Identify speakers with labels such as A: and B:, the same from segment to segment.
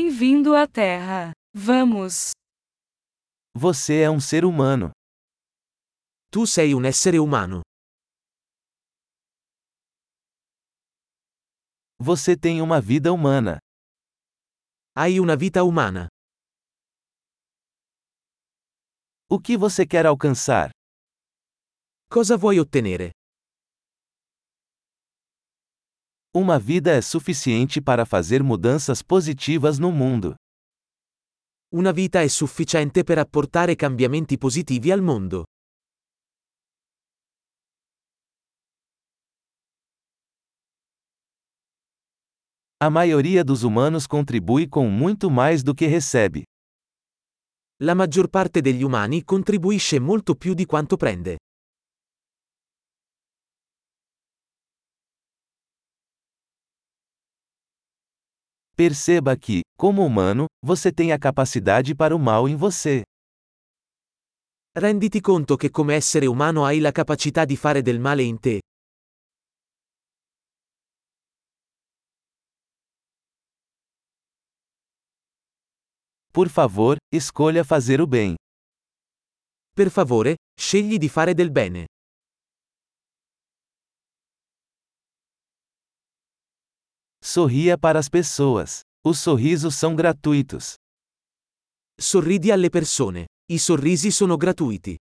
A: Bem-vindo à Terra. Vamos.
B: Você é um ser humano.
C: Tu sei um un essere umano.
B: Você tem uma vida humana.
C: Hai una vita umana.
B: O que você quer alcançar?
C: Cosa vuoi ottenere?
B: Uma vida é suficiente para fazer mudanças positivas no mundo.
C: Una vita è sufficiente per apportare cambiamenti positivi al mondo.
B: A maioria dos humanos contribui com muito mais do que recebe.
C: La maggior parte degli umani contribuisce molto più di quanto prende.
B: Perceba que, como humano, você tem a capacidade para o mal em você.
C: Renditi conto che come essere umano hai la capacità di fare del male in te.
B: Por favor, escolha fazer o bem.
C: Per favore, scegli di fare del bene.
B: Sorria para as pessoas. Os sorrisos são gratuitos.
C: Sorridi alle persone. I sorrisi sono gratuiti.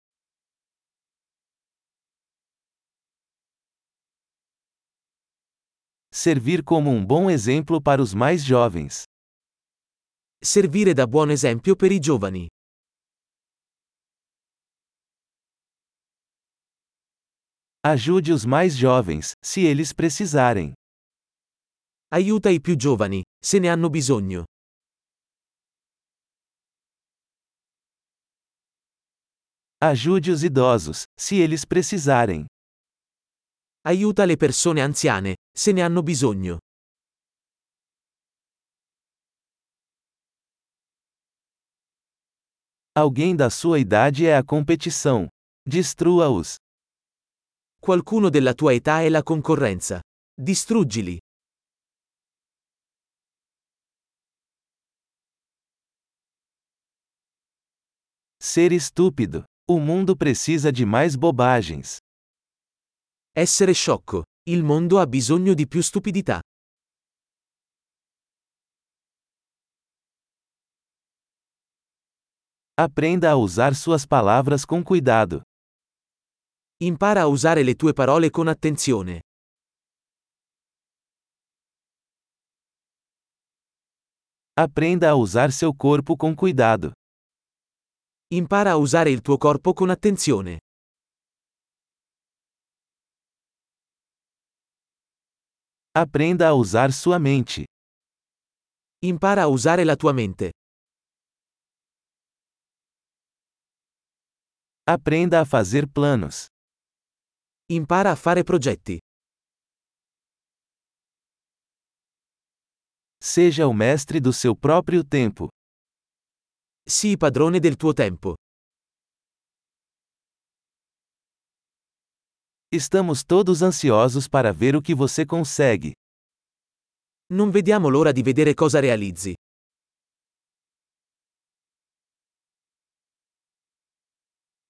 B: Servir como um bom exemplo para os mais jovens.
C: Servire da buon esempio per i giovani.
B: Ajude os mais jovens, se eles precisarem.
C: Aiuta i più giovani, se ne hanno bisogno.
B: Ajude os idosos, se eles precisarem.
C: Aiuta le persone anziane, se ne hanno bisogno.
B: Alguém da sua idade é a competição. Destrua-os.
C: Qualcuno della tua età è la concorrenza. Distruggili.
B: Ser estúpido. O mundo precisa de mais bobagens.
C: Essere sciocco. Il mondo ha bisogno di più stupidità.
B: Aprenda a usar suas palavras com cuidado.
C: Impara a usare le tue parole con attenzione.
B: Aprenda a usar seu corpo com cuidado.
C: Impara a usare il tuo corpo con attenzione.
B: Aprenda a usar sua mente.
C: Impara a usare la tua mente.
B: Aprenda a fazer planos.
C: Impara a fare progetti.
B: Seja o mestre do seu próprio tempo.
C: Sii padrone del tuo tempo.
B: Estamos todos ansiosos para ver o que você consegue.
C: Non vediamo l'ora di vedere cosa realizzi.